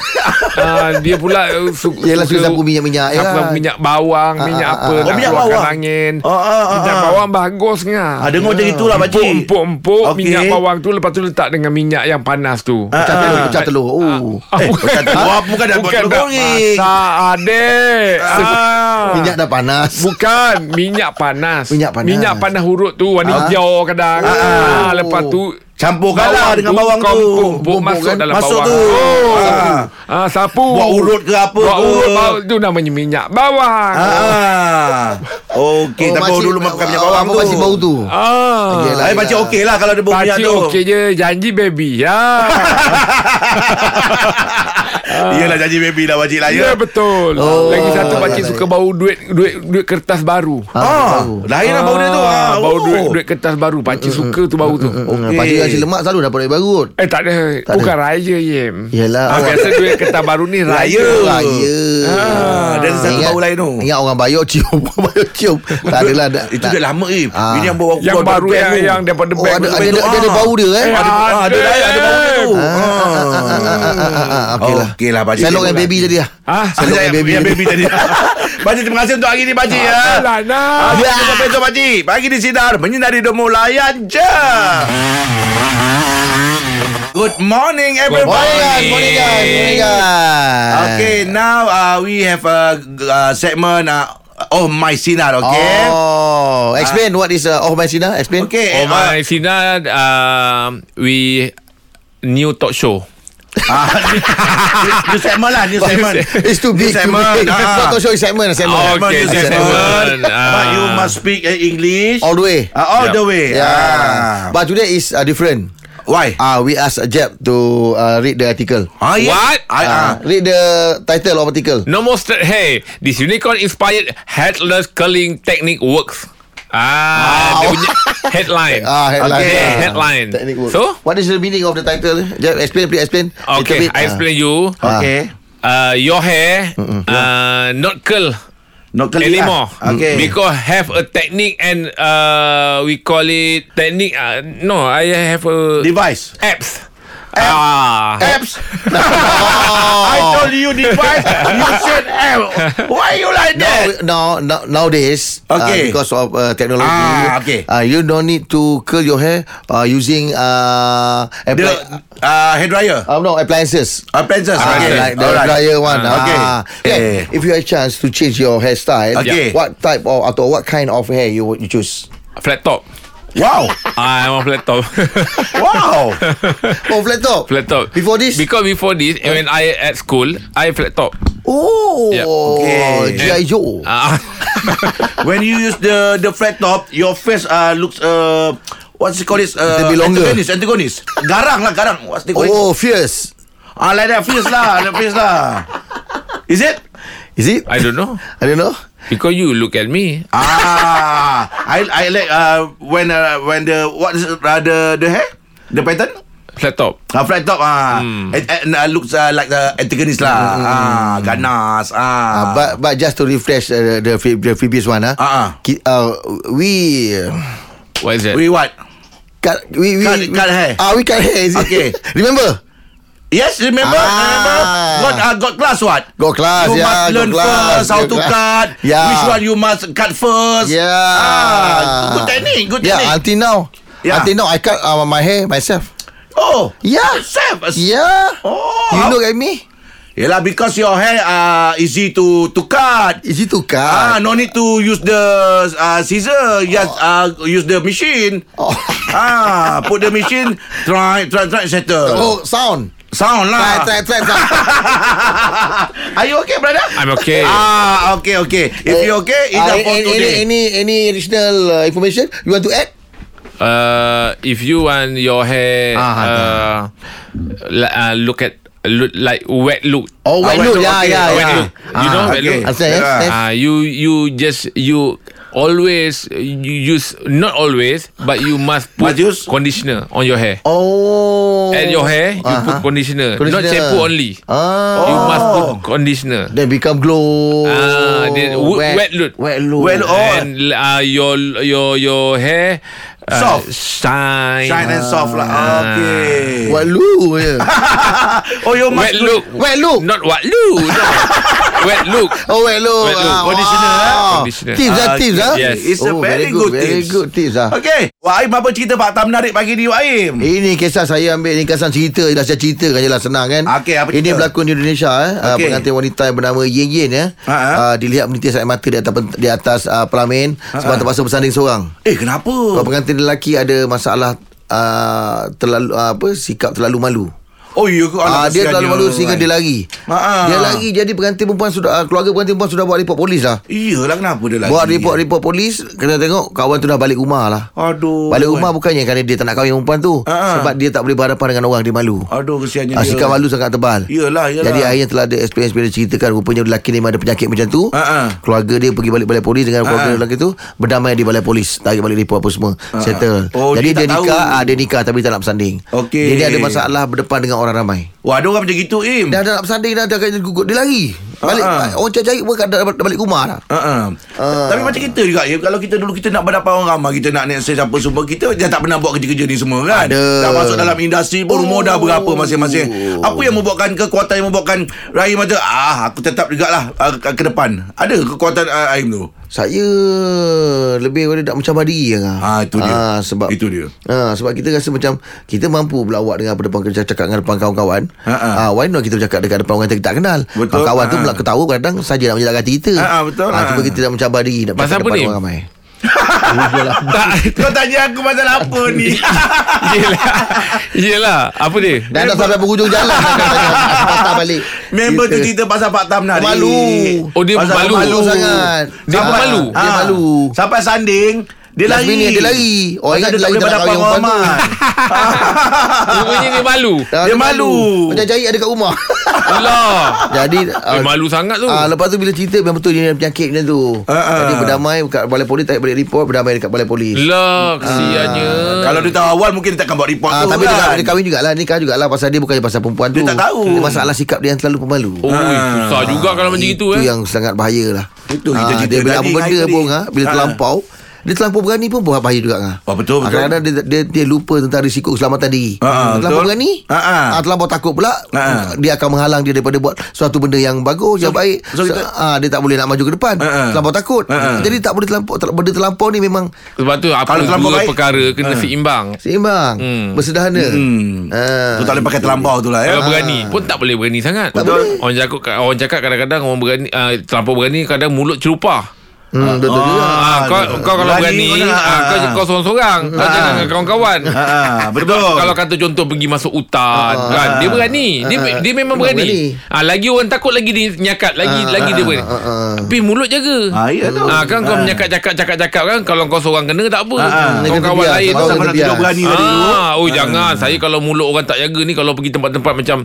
Speaker 5: ah, dia pula eh, su-
Speaker 4: Yelah, suka sapu minyak-minyak,
Speaker 5: Sapu
Speaker 4: ya.
Speaker 5: minyak bawang,
Speaker 4: Ah,
Speaker 5: minyak
Speaker 4: ah,
Speaker 5: apa,
Speaker 4: ah.
Speaker 5: nak
Speaker 3: Oh, minyak
Speaker 5: keluarkan
Speaker 3: bawang.
Speaker 5: angin.
Speaker 3: Ah, ah, ah,
Speaker 5: minyak
Speaker 3: ah.
Speaker 5: bawang bagus ngah.
Speaker 3: Ah, dengar macam itulah pakcik.
Speaker 5: Empuk-empuk
Speaker 3: Okey. Ah,
Speaker 5: minyak bawang tu lepas tu letak dengan minyak yang panas tu.
Speaker 4: Pecah telur, pecah telur. Oh.
Speaker 5: Ah, bukan.
Speaker 3: Wah, Eh, bukan dah buat telur goreng.
Speaker 5: masak adik. Ah.
Speaker 4: Minyak dah panas.
Speaker 5: Bukan minyak panas.
Speaker 4: Minyak panas.
Speaker 5: Minyak panas hurut tu warna
Speaker 4: Ah.
Speaker 5: hijau kadang. Ah.
Speaker 4: Oh.
Speaker 5: lepas tu
Speaker 3: Campurkan lah dengan
Speaker 5: tu,
Speaker 3: bawang tu.
Speaker 5: Kumpul
Speaker 4: Kumpul
Speaker 5: masuk
Speaker 4: kan?
Speaker 5: dalam
Speaker 3: Masuk
Speaker 5: bawang.
Speaker 3: tu.
Speaker 5: Oh.
Speaker 3: Ah.
Speaker 5: Ah, sapu.
Speaker 3: Buat urut ke apa
Speaker 5: Buat
Speaker 3: ke.
Speaker 5: urut bawang tu namanya minyak bawang.
Speaker 3: Ah. Okey, tak tahu
Speaker 4: pakcik-
Speaker 3: dulu makan minyak
Speaker 4: ah,
Speaker 3: bawang
Speaker 4: abang
Speaker 3: tu.
Speaker 4: Masih bau tu.
Speaker 5: Ah.
Speaker 4: Yelah,
Speaker 3: Ai macam
Speaker 4: yelah.
Speaker 3: okey lah kalau dia bau minyak
Speaker 5: Pakcik
Speaker 3: tu.
Speaker 5: okey [laughs] je Janji baby ya.
Speaker 3: [laughs] Iyalah janji baby dah wajib lah
Speaker 5: Ya
Speaker 3: [laughs] ya.
Speaker 5: betul
Speaker 4: Oh.
Speaker 5: Lagi satu pakcik
Speaker 4: Yelah,
Speaker 5: suka bau duit Duit duit kertas baru
Speaker 4: Ah,
Speaker 3: Ah,
Speaker 4: bau.
Speaker 3: lain lah bau dia tu. Ah,
Speaker 5: Bau
Speaker 3: oh.
Speaker 5: duit duit kertas baru Pakcik suka tu
Speaker 4: Mm,
Speaker 5: bau tu
Speaker 4: Okay. Pakcik nasi lemak selalu dapat duit baru.
Speaker 5: Eh Oh. tak ada
Speaker 4: Tak
Speaker 5: Bukan
Speaker 4: ada.
Speaker 5: raya Yem
Speaker 4: Yelah.
Speaker 5: ah,
Speaker 4: awak-
Speaker 3: kan.
Speaker 5: Biasa duit kertas baru ni
Speaker 3: Raya.
Speaker 5: raya
Speaker 4: Raya.
Speaker 3: Ah, dan satu
Speaker 4: Ingat-
Speaker 3: bau lain tu.
Speaker 4: Ingat orang bayar cium. [laughs] Orang bayar cium. Tak adalah. dah-
Speaker 3: Itu
Speaker 4: tak-
Speaker 3: dah lama eh.
Speaker 4: Ah.
Speaker 3: Ini yang bawa
Speaker 5: Yang
Speaker 3: keluar
Speaker 5: baru
Speaker 3: dari
Speaker 5: yang,
Speaker 3: bank tu.
Speaker 5: yang daripada
Speaker 4: Oh,
Speaker 5: bank
Speaker 4: ada,
Speaker 5: tu.
Speaker 4: ada, ada, ada
Speaker 3: Ah.
Speaker 4: bau dia eh.
Speaker 5: Eh,
Speaker 3: ada,
Speaker 5: Ada.
Speaker 3: ah, ada, ada, ada bau dia tu.
Speaker 4: Ah, Okey lah.
Speaker 3: Okey lah, pakcik.
Speaker 4: Saya yang
Speaker 3: Tengoklah.
Speaker 4: baby tadi lah.
Speaker 5: Ah,
Speaker 4: Selok
Speaker 3: Saya
Speaker 4: yang baby.
Speaker 3: baby. Yang baby tadi. [laughs] Pakcik, terima kasih untuk hari ni, Pakcik. Ya.
Speaker 5: Ah, Alah nah
Speaker 4: Ya.
Speaker 3: Ada kita besok, Pakcik. Pagi di Sinar, menyinari demo layan je. Good morning, everybody.
Speaker 4: Morning, morning guys. Morning guys.
Speaker 3: Okay, now uh, we have a uh, segment uh, Oh My Sinar, okay?
Speaker 4: Oh, explain what is uh, Oh My Sina? Explain.
Speaker 3: Okay.
Speaker 5: Oh
Speaker 3: uh,
Speaker 5: my Sina um, We New talk show
Speaker 3: Ah, [laughs] new segment lah, new segment.
Speaker 4: It's too big. Too
Speaker 3: Segment,
Speaker 4: big.
Speaker 3: [laughs] ah.
Speaker 4: Not to show it's segment. Segment.
Speaker 5: Oh,
Speaker 3: Segment,
Speaker 5: okay,
Speaker 3: new
Speaker 5: new
Speaker 3: segment.
Speaker 5: segment. Ah.
Speaker 3: But you must speak uh, English.
Speaker 4: All the way.
Speaker 3: Ah, all
Speaker 5: Yeah.
Speaker 3: the way.
Speaker 4: Yeah.
Speaker 3: Ah.
Speaker 4: But today is uh, different.
Speaker 3: Why?
Speaker 4: Ah, we ask Jeb to uh, read the article.
Speaker 3: Ah, yeah.
Speaker 5: What?
Speaker 3: I, ah.
Speaker 4: Ah, read the title of article.
Speaker 5: No more straight hair This unicorn inspired Headless curling technique works Ah, dia [laughs] punya headline.
Speaker 4: Ah, headline.
Speaker 5: Okay,
Speaker 4: Ah,
Speaker 5: headline.
Speaker 4: Technique work.
Speaker 5: So?
Speaker 4: what is the meaning of the title? Jeb, explain, please explain. ah.
Speaker 3: uh,
Speaker 5: Okay, I explain you.
Speaker 3: Okay.
Speaker 5: Uh, your hair uh, not curl
Speaker 3: Not clear.
Speaker 5: anymore.
Speaker 3: Lah. Okay.
Speaker 5: Because have a technique and uh, we call it technique. Uh, no, I have a
Speaker 3: device.
Speaker 5: apps. Ah,
Speaker 4: [laughs]
Speaker 3: Apps. I told you device. You said app. Why you like that?
Speaker 4: Now, now, nowadays, uh,
Speaker 3: Okay.
Speaker 4: because of uh, technology,
Speaker 3: Ah, okay.
Speaker 4: uh, you don't need to curl your hair uh, using uh,
Speaker 3: The
Speaker 4: appli-
Speaker 3: uh, hair dryer.
Speaker 4: uh, no appliances.
Speaker 3: Appliances.
Speaker 4: Ah,
Speaker 3: okay.
Speaker 4: like the
Speaker 3: Alright.
Speaker 4: dryer one.
Speaker 3: Ah, okay.
Speaker 4: Ah.
Speaker 3: Eh.
Speaker 4: If you have a chance to change your hairstyle,
Speaker 3: Okay.
Speaker 4: what type of atau what kind of hair you would you choose?
Speaker 5: flat top.
Speaker 3: Wow.
Speaker 5: I want flat top. [laughs]
Speaker 3: Wow.
Speaker 4: Oh, flat top.
Speaker 5: flat top.
Speaker 4: Before this?
Speaker 5: Because before this, when I at school, I flat top.
Speaker 4: Oh,
Speaker 5: Yeah.
Speaker 3: Okay.
Speaker 4: GI Joe.
Speaker 5: Ah, [laughs]
Speaker 3: When you use the the flat top, your face uh, looks uh, what's it called? It's uh,
Speaker 4: Little bit longer.
Speaker 3: antagonist, antagonist. Garang lah, garang. What's it called?
Speaker 4: Oh, fierce.
Speaker 3: Ah, like that face lah, like face lah. Is it?
Speaker 4: Is it?
Speaker 5: I don't know.
Speaker 4: I don't know.
Speaker 5: Because you look at me.
Speaker 3: Ah, I I like uh, when uh, when the what is it, uh, the the hair, the pattern.
Speaker 5: Flat top.
Speaker 3: Ah, flat top ah. And, and uh, looks uh, like the antagonist lah. Ah, ganas ah.
Speaker 4: Uh, Hmm. but but just to refresh uh, the pre- the previous one, ah,
Speaker 3: Ah, ah.
Speaker 4: Ki- uh, we uh,
Speaker 5: What is that?
Speaker 3: we what?
Speaker 4: cut we we
Speaker 3: Cut- cut hair.
Speaker 4: Ah, we cut hair. Is it?
Speaker 3: Okay.
Speaker 4: [laughs] Remember,
Speaker 3: Yes, remember?
Speaker 4: Ah.
Speaker 3: Remember? Got uh, got class what?
Speaker 4: go class. yeah,
Speaker 3: you must
Speaker 4: go
Speaker 3: learn
Speaker 4: class,
Speaker 3: first how
Speaker 4: go
Speaker 3: to
Speaker 4: class.
Speaker 3: cut.
Speaker 4: Yeah.
Speaker 3: Which one you must cut first.
Speaker 4: Yeah.
Speaker 3: Ah, good technique. Good
Speaker 4: Yeah, Ya.
Speaker 3: technique. Ya.
Speaker 4: until now.
Speaker 3: Yeah.
Speaker 4: Until now, I cut uh, my hair myself.
Speaker 3: oh,
Speaker 4: Yeah.
Speaker 3: self.
Speaker 4: Yeah.
Speaker 3: Oh,
Speaker 4: Ya. You
Speaker 3: how-
Speaker 4: look at me.
Speaker 3: Yelah, because your hair uh, easy to to cut.
Speaker 4: Easy to
Speaker 3: Ah,
Speaker 4: cut.
Speaker 3: no need to use the uh, scissor. Just uh, use the machine.
Speaker 4: Oh.
Speaker 3: Ah, put the machine. Try, try, try, settle.
Speaker 4: oh, sound. Try,
Speaker 3: Sound lah
Speaker 4: try, try, try.
Speaker 3: [laughs]
Speaker 4: Are you okay, brother?
Speaker 5: I'm okay.
Speaker 3: Ah, okay, okay. If you okay, it's
Speaker 4: Ah,
Speaker 3: uh, for
Speaker 4: any, any,
Speaker 3: today.
Speaker 4: any, any additional uh, information you want to add?
Speaker 5: Uh, if you want your hair
Speaker 4: Ah,
Speaker 5: uh, li- uh, look at look like wet look.
Speaker 4: Oh, wet
Speaker 3: wet
Speaker 4: look.
Speaker 3: look,
Speaker 4: Yeah,
Speaker 3: okay.
Speaker 4: yeah,
Speaker 5: Wet
Speaker 4: yeah. Ah,
Speaker 5: look. You know wet
Speaker 3: okay.
Speaker 5: look.
Speaker 4: Understand, yes,
Speaker 3: Yeah. Ah.
Speaker 4: yes.
Speaker 5: Uh, you you just you always you use not always but you must
Speaker 4: [laughs]
Speaker 5: put
Speaker 3: Must use?
Speaker 5: conditioner on your hair.
Speaker 4: Oh.
Speaker 5: And your hair you
Speaker 4: Ah,
Speaker 5: put
Speaker 4: ah.
Speaker 5: conditioner, not
Speaker 4: Conditioner.
Speaker 5: shampoo only.
Speaker 4: Ah.
Speaker 3: Oh.
Speaker 5: You must put conditioner.
Speaker 4: Then become glow.
Speaker 5: Ah, dia- wo- wet look.
Speaker 4: Wet look.
Speaker 3: Wet look. Oh.
Speaker 5: And uh, your your your hair uh,
Speaker 3: Soft.
Speaker 4: eh.
Speaker 5: shine.
Speaker 3: Shine and soft lah.
Speaker 4: Ah.
Speaker 3: Okay.
Speaker 4: Wet look. [laughs] yeah.
Speaker 3: Oh, your
Speaker 5: Wet look.
Speaker 4: Ah, Wet look.
Speaker 5: Not what look.
Speaker 4: [laughs]
Speaker 5: No. wet look.
Speaker 4: Oh, wet look.
Speaker 5: Wet look.
Speaker 4: Ah,
Speaker 5: Conditioner,
Speaker 4: wow.
Speaker 5: eh? Conditioner.
Speaker 4: Tips ah,
Speaker 3: Ah,
Speaker 4: tips ah.
Speaker 5: yes.
Speaker 3: It's a very good
Speaker 4: Very
Speaker 3: tips. Hmm.
Speaker 4: good tips ah. Eh.
Speaker 3: Okay. Wah, Aim, apa cerita fakta menarik pagi ni, Wak Aim?
Speaker 4: Ini kisah saya ambil ni kisah cerita Dah saya ceritakan je lah senang kan
Speaker 3: Okey, apa
Speaker 4: Ini
Speaker 3: cerita?
Speaker 4: berlaku di Indonesia eh. Okay. Uh,
Speaker 3: Okey.
Speaker 4: pengantin wanita yang bernama Yin Yin ya.
Speaker 3: Ha, ha. Ha,
Speaker 4: Uh, dilihat menitis air mata di atas pen- di atas uh, pelamin sebab terpaksa bersanding seorang.
Speaker 3: Eh, kenapa?
Speaker 4: Kalau pengantin lelaki ada masalah uh, terlalu uh, apa sikap terlalu malu.
Speaker 3: Oh, ya ke? Alah,
Speaker 4: Ah, dia
Speaker 3: kesiannya.
Speaker 4: terlalu malu sehingga dia lari.
Speaker 3: Ha, ha.
Speaker 4: Dia lari jadi pengantin perempuan sudah uh, keluarga pengantin perempuan sudah buat report polis lah.
Speaker 3: Iyalah, kenapa dia lagi?
Speaker 4: Buat report-report polis Kena tengok Kawan tu dah balik rumah lah
Speaker 3: Aduh.
Speaker 4: Balik rumah bukannya Kerana dia tak nak kahwin dengan perempuan tu
Speaker 3: Oh, eh. Ah.
Speaker 4: Sebab dia tak boleh berhadapan dengan orang Dia malu
Speaker 3: Aduh, kesiannya
Speaker 4: Ah,
Speaker 3: dia.
Speaker 4: sikap malu sangat tebal
Speaker 3: Yelah, yelah.
Speaker 4: Jadi akhirnya telah ada experience Bila ceritakan Rupanya lelaki ni memang ada penyakit macam tu
Speaker 3: Ha, ha.
Speaker 4: Keluarga dia pergi balik balai polis Dengan keluarga
Speaker 3: Ha, ha.
Speaker 4: lelaki tu Berdamai di balai polis Tarik balik report apa semua Settle
Speaker 3: Oh,
Speaker 4: Jadi
Speaker 3: dia
Speaker 4: dia,
Speaker 3: tak tahu.
Speaker 4: nikah ah, Dia nikah tapi tak nak bersanding Dia
Speaker 3: Okey.
Speaker 4: ni ada masalah berdepan dengan orang ramai
Speaker 3: Wah, ada orang macam gitu, Im.
Speaker 4: Dah dah nak bersanding Dah dah kena gugut Dia lari Balik
Speaker 3: Ha, ha.
Speaker 4: Orang cari-cari pun dah- dah balik rumah dah
Speaker 3: Uh-uh.
Speaker 4: Ah.
Speaker 3: Uh. Tapi macam kita juga ya, Kalau kita dulu kita nak berdapat orang ramai Kita nak next apa semua Kita dah tak pernah buat kerja-kerja ni semua kan
Speaker 4: Ada. Oh.
Speaker 3: Dah masuk dalam industri pun Umur dah berapa masing-masing Apa yang membuatkan kekuatan yang membuatkan Rahim macam Ah aku tetap jugalah uh, ke ke depan Ada kekuatan uh, Aim tu
Speaker 4: Saya lebih kepada tak mencabar diri lah.
Speaker 3: Ah, itu dia.
Speaker 4: Ah, sebab
Speaker 3: Itu dia.
Speaker 4: Ah, sebab kita rasa macam kita mampu berlawak dengan apa depan kerja cakap dengan depan kawan-kawan.
Speaker 3: Ha, ha.
Speaker 4: Ah, why not kita bercakap dekat depan orang yang kita tak kenal.
Speaker 3: Betul.
Speaker 4: Ah, kawan tu
Speaker 3: Ha, ha.
Speaker 4: pula ketawa kadang saja nak menjelak hati kita.
Speaker 3: Ha, ha, betul.
Speaker 4: Ah,
Speaker 3: Ha.
Speaker 4: cuma kita tak mencabar diri nak
Speaker 5: Pasal
Speaker 4: bercakap
Speaker 5: apa
Speaker 4: depan
Speaker 5: ni?
Speaker 4: orang
Speaker 3: [laughs]
Speaker 4: ramai.
Speaker 5: Tak.
Speaker 3: Kau tanya aku masalah apa
Speaker 4: [laughs]
Speaker 3: ni
Speaker 5: Yelah. [laughs] Yelah. Apa dia?
Speaker 4: Dan dah sampai penghujung jalan dah tanya patah balik.
Speaker 3: Member tu cerita pasal fakta menarik
Speaker 4: Malu.
Speaker 5: Oh, dia
Speaker 3: Pasal
Speaker 5: malu.
Speaker 4: Malu sangat.
Speaker 5: Dia
Speaker 4: Ah,
Speaker 5: malu.
Speaker 4: Dia
Speaker 3: Ah,
Speaker 4: malu.
Speaker 3: Sampai sanding Dia
Speaker 4: Last
Speaker 3: lari
Speaker 4: minute dia lari. Orang
Speaker 3: Pasal
Speaker 4: ingat
Speaker 3: dia
Speaker 4: dia
Speaker 3: tak
Speaker 4: lari
Speaker 3: boleh
Speaker 4: tak nak
Speaker 3: berdapat
Speaker 4: kahwin
Speaker 3: orang
Speaker 4: perempuan tu.
Speaker 3: ramai
Speaker 5: Rupanya dia malu.
Speaker 4: Ah,
Speaker 3: Dia malu.
Speaker 4: Macam jahit ada kat rumah. [laughs]
Speaker 5: Alah.
Speaker 4: Jadi
Speaker 5: Eh,
Speaker 4: ah,
Speaker 5: malu sangat tu.
Speaker 3: lah.
Speaker 4: Ah lepas tu bila cerita memang betul dia ada penyakit macam tu.
Speaker 3: Ah, ah.
Speaker 4: Jadi berdamai dekat balai polis tarik balik report berdamai dekat balai polis.
Speaker 5: Lah, kesiannya.
Speaker 3: Ah, Kalau dia tahu awal Mungkin dia takkan buat report
Speaker 4: Ah,
Speaker 3: tu
Speaker 4: tapi dia,
Speaker 3: kan
Speaker 4: dia kahwin jugalah Nikah jugalah Pasal dia bukan pasal perempuan
Speaker 3: Dia
Speaker 4: tu
Speaker 3: tak tahu.
Speaker 4: Dia masalah sikap dia yang terlalu pemalu
Speaker 5: Oh, susah juga kalau macam
Speaker 4: itu
Speaker 5: itu eh.
Speaker 4: Itu yang sangat bahaya lah
Speaker 3: Itu kita
Speaker 4: Ah,
Speaker 3: cerita
Speaker 4: Dia bila
Speaker 3: tadi,
Speaker 4: apa benda
Speaker 3: hari
Speaker 4: pun
Speaker 3: tadi.
Speaker 4: ha, Bila
Speaker 3: Ah.
Speaker 4: terlampau Dia terlampau berani pun buat bahaya juga ha.
Speaker 3: Oh, betul, betul.
Speaker 4: Kadang-kadang dia, dia, dia lupa tentang risiko keselamatan diri
Speaker 3: Ah, ah,
Speaker 4: Terlampau
Speaker 3: betul.
Speaker 4: berani
Speaker 3: Ah, ah.
Speaker 4: ah, Terlampau takut pula
Speaker 3: Ah, ah.
Speaker 4: Dia akan menghalang dia daripada buat Suatu benda yang bagus Yang baik
Speaker 3: so kita-
Speaker 4: ah, Dia tak boleh nak maju ke depan
Speaker 3: Ah, ah.
Speaker 4: Terlampau takut
Speaker 3: Ah, ah.
Speaker 4: Jadi tak boleh terlampau ter- Benda terlampau ni memang
Speaker 5: Sebab tu apa
Speaker 3: Kalau terlampau
Speaker 5: dua
Speaker 3: baik- Ah.
Speaker 5: perkara kena seimbang.
Speaker 4: Seimbang
Speaker 5: Hmm.
Speaker 4: Bersederhana
Speaker 3: Hmm.
Speaker 4: Ah,
Speaker 3: Tu tak boleh pakai terlampau tu lah ya.
Speaker 5: Kalau berani pun tak boleh berani sangat.
Speaker 4: Tak Betul. boleh.
Speaker 5: Orang cakap orang cakap kadang-kadang orang berani uh, terlampau berani kadang mulut celupah.
Speaker 4: hmm, Betul juga
Speaker 5: Ah, kau, kau kalau
Speaker 3: Berani kau
Speaker 5: berani,
Speaker 3: nak,
Speaker 5: ah, kau
Speaker 3: ah.
Speaker 5: kau seorang-seorang, kau jangan dengan kawan-kawan.
Speaker 3: Ah, betul.
Speaker 5: Sebab Kalau kata contoh pergi masuk hutan kan, dia berani. Dia
Speaker 4: Ah.
Speaker 5: dia memang
Speaker 4: Memang
Speaker 5: berani.
Speaker 4: berani.
Speaker 5: Ah, lagi orang takut lagi dia nyakat, lagi lagi dia berani.
Speaker 4: ah, ah.
Speaker 5: Tapi mulut jaga.
Speaker 3: Ah, ya tu.
Speaker 5: Ah, kan kau
Speaker 3: Ah.
Speaker 5: menyakat-cakap cakap-cakap kan, kalau kau seorang kena tak apa.
Speaker 4: Dia kena
Speaker 5: Kawan-kawan
Speaker 4: biar.
Speaker 5: lain
Speaker 4: Sebab
Speaker 5: tak
Speaker 4: orang
Speaker 3: Sampai nak
Speaker 4: bias.
Speaker 3: tidur berani tadi tu.
Speaker 5: Ah, oh jangan saya kalau mulut orang tak jaga ni kalau pergi tempat-tempat macam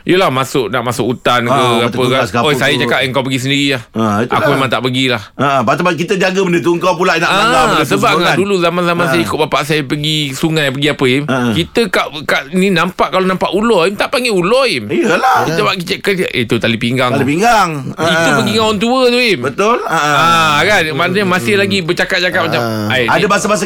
Speaker 5: yelah masuk nak masuk hutan ke
Speaker 3: Ah,
Speaker 5: apa
Speaker 3: bertugas
Speaker 5: kan.
Speaker 3: ke apa
Speaker 5: Oh
Speaker 3: ke.
Speaker 5: saya cakap eh, kau pergi sendiri lah.
Speaker 3: Ah, itulah.
Speaker 5: aku memang tak pergilah.
Speaker 3: Ha, patut kita jaga benda tu kau pula nak langgar
Speaker 5: Ah,
Speaker 3: benda tu.
Speaker 5: sebab
Speaker 3: semua
Speaker 5: kan dulu zaman-zaman
Speaker 3: Ah.
Speaker 5: saya ikut bapak saya pergi sungai pergi apa Im.
Speaker 3: Ah.
Speaker 5: Kita kat, kat ni nampak kalau nampak ulur Im tak panggil ulur Im.
Speaker 3: Iyalah.
Speaker 5: Kita buat kecil kecil eh, tu tali pinggang.
Speaker 3: Kalau Ah. pinggang.
Speaker 5: Itu
Speaker 3: Ah.
Speaker 5: pergi dengan orang tua tu Im.
Speaker 3: Betul? Ha.
Speaker 5: Ah kan maknanya masih lagi bercakap-cakap macam "Ai,
Speaker 3: Ah. Ada
Speaker 5: ni-
Speaker 3: bahasa-bahasa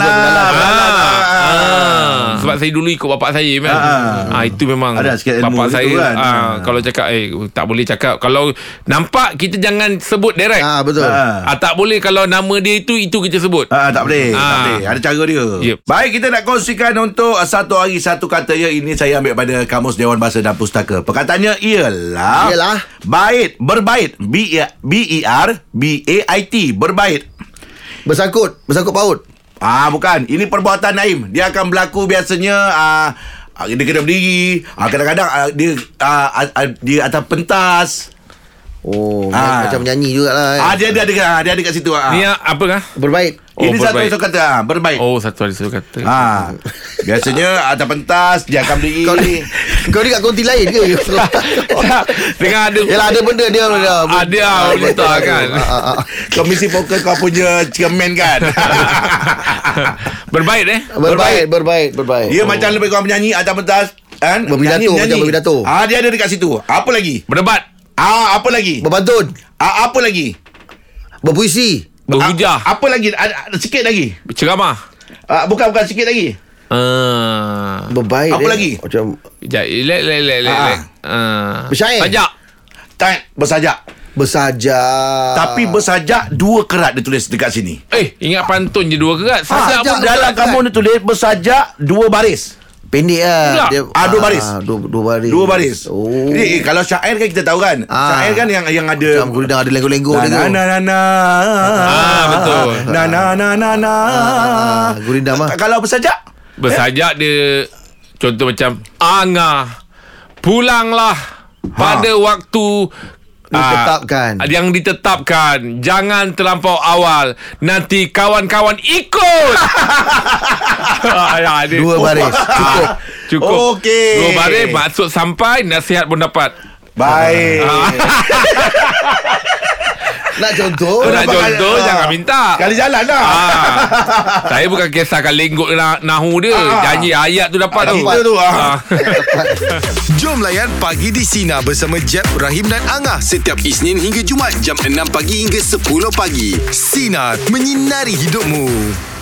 Speaker 4: Bergalas,
Speaker 3: lah.
Speaker 4: bergalas.
Speaker 3: Bergalas,
Speaker 5: Eh, Ah,
Speaker 3: ah.
Speaker 5: ah. Sebab saya dulu ikut bapak saya kan.
Speaker 3: Ah.
Speaker 5: Ah, itu memang
Speaker 3: Ada sikit ilmu
Speaker 5: bapak
Speaker 3: gitu
Speaker 5: saya
Speaker 3: kan.
Speaker 5: kan. ah, kalau cakap eh tak boleh cakap. Kalau nampak kita jangan sebut direct.
Speaker 4: Ah,
Speaker 5: Ah,
Speaker 4: Betul
Speaker 3: Ah.
Speaker 5: tak boleh kalau nama dia itu itu kita sebut.
Speaker 3: Ah, tak boleh, ah. tak
Speaker 5: Ah.
Speaker 3: boleh. Ada cara dia.
Speaker 5: Yep.
Speaker 3: Baik, kita nak kongsikan untuk uh, satu hari satu kata ya. Ini saya ambil pada Kamus Dewan Bahasa dan Pustaka. Perkataannya ialah...
Speaker 4: Ialah.
Speaker 3: Bait, berbait. B- E B-E-R-B-A-I-T, berbait.
Speaker 4: Bersangkut Bersangkut paut
Speaker 3: Ah bukan, ini perbuatan Naim. Dia akan berlaku biasanya ah Ah, Dia kena berdiri ah, Kadang-kadang ah, dia, ah, ah, dia atas pentas
Speaker 4: Oh
Speaker 3: Ah.
Speaker 4: Macam menyanyi jugalah eh.
Speaker 3: ah, Dia ada ada, ada, ada kat situ ah.
Speaker 5: Ni ah, apa kah?
Speaker 4: Berbaik
Speaker 5: Oh,
Speaker 3: Ini satu
Speaker 5: berbaik.
Speaker 3: esok kata ah, Berbaik
Speaker 5: Oh satu hari satu kata
Speaker 3: Ah, biasanya atas pentas dia akan berdiri.
Speaker 4: Kau ni Kau ni kat konti lain
Speaker 3: [laughs]
Speaker 4: ke
Speaker 5: Tengah ada
Speaker 4: Yelah ada benda dia Ada
Speaker 3: Ah,
Speaker 5: Ada lah, letak kan. [laughs]
Speaker 4: Ah, ah, ah.
Speaker 3: Kau mesti fokus kau punya
Speaker 4: [laughs]
Speaker 3: cermin kan.
Speaker 5: Berbaik eh
Speaker 4: Berbaik Berbaik Berbaik
Speaker 3: dia macam lebih kau menyanyi atas pentas kan?
Speaker 4: Berpidato,
Speaker 3: Menyanyi, menyanyi.
Speaker 4: macam berpidato.
Speaker 3: Ah, dia ada dekat situ. Apa lagi?
Speaker 5: Berdebat
Speaker 3: Ah, apa lagi?
Speaker 4: Berbantun
Speaker 3: Ah, apa lagi?
Speaker 4: Berpuisi
Speaker 5: Berhujah
Speaker 3: Ah, apa lagi? Ada, ada sikit lagi.
Speaker 5: Ceramah
Speaker 3: Ah, bukan bukan sikit lagi.
Speaker 5: Ah,
Speaker 4: Berbaik
Speaker 3: Apa
Speaker 4: dia.
Speaker 3: lagi?
Speaker 4: Macam
Speaker 5: Sekejap eh, Lek lek lek lek
Speaker 3: Ah.
Speaker 5: lek Ah.
Speaker 4: Bersyair.
Speaker 5: Sajak
Speaker 3: Tak bersajak.
Speaker 4: Bersajak
Speaker 3: Tapi bersajak dua kerat dia tulis dekat sini. Ah,
Speaker 5: Eh ingat pantun je dua kerat Sajak
Speaker 4: sajak dah.
Speaker 5: pun
Speaker 3: Dalam
Speaker 4: kerat.
Speaker 3: kamu dia tulis bersajak dua baris.
Speaker 4: Pendek lah
Speaker 5: Pula.
Speaker 3: Ah, dua baris.
Speaker 4: ah, dua, dua baris
Speaker 3: Dua baris.
Speaker 4: Oh
Speaker 3: Jadi, eh, kalau syair kan kita tahu kan.
Speaker 4: Ah.
Speaker 3: Syair kan yang yang ada
Speaker 4: Macam kulit dah ada lenggok-lenggok dia
Speaker 3: Na
Speaker 4: tu
Speaker 3: na na na.
Speaker 5: Ah, betul.
Speaker 3: Na na na na na.
Speaker 4: Ah, gurindam ah.
Speaker 3: K- Kalau bersajak
Speaker 5: Bersajak dia Contoh macam Anga Pulanglah
Speaker 3: Ha.
Speaker 5: Pada waktu
Speaker 4: Ditetapkan.
Speaker 5: ah, Yang ditetapkan Jangan terlampau awal Nanti kawan-kawan
Speaker 3: [laughs]
Speaker 5: ikut Ah, ya, dia-
Speaker 3: Oh,
Speaker 4: Dua baris Cukup
Speaker 5: Cukup
Speaker 3: Okey.
Speaker 5: Dua baris Maksud sampai Nasihat pun dapat
Speaker 3: baik.
Speaker 5: Ah,
Speaker 4: Nak contoh
Speaker 5: Kau nak
Speaker 3: dapat-
Speaker 5: contoh
Speaker 3: ah.
Speaker 5: Jangan minta
Speaker 3: Kali jalan lah.
Speaker 5: ah,
Speaker 3: [laughs]
Speaker 5: Saya bukan kisahkan Lenggok na- nahu dia
Speaker 3: Ah.
Speaker 5: Janji ayat tu dapat tau
Speaker 3: Kita tu ah.
Speaker 5: Ah.
Speaker 2: Jom layan Pagi di Sina bersama Jeb, Rahim dan Angah setiap Isnin hingga Jumat jam 6 pagi hingga 10 pagi. Sina, menyinari hidupmu.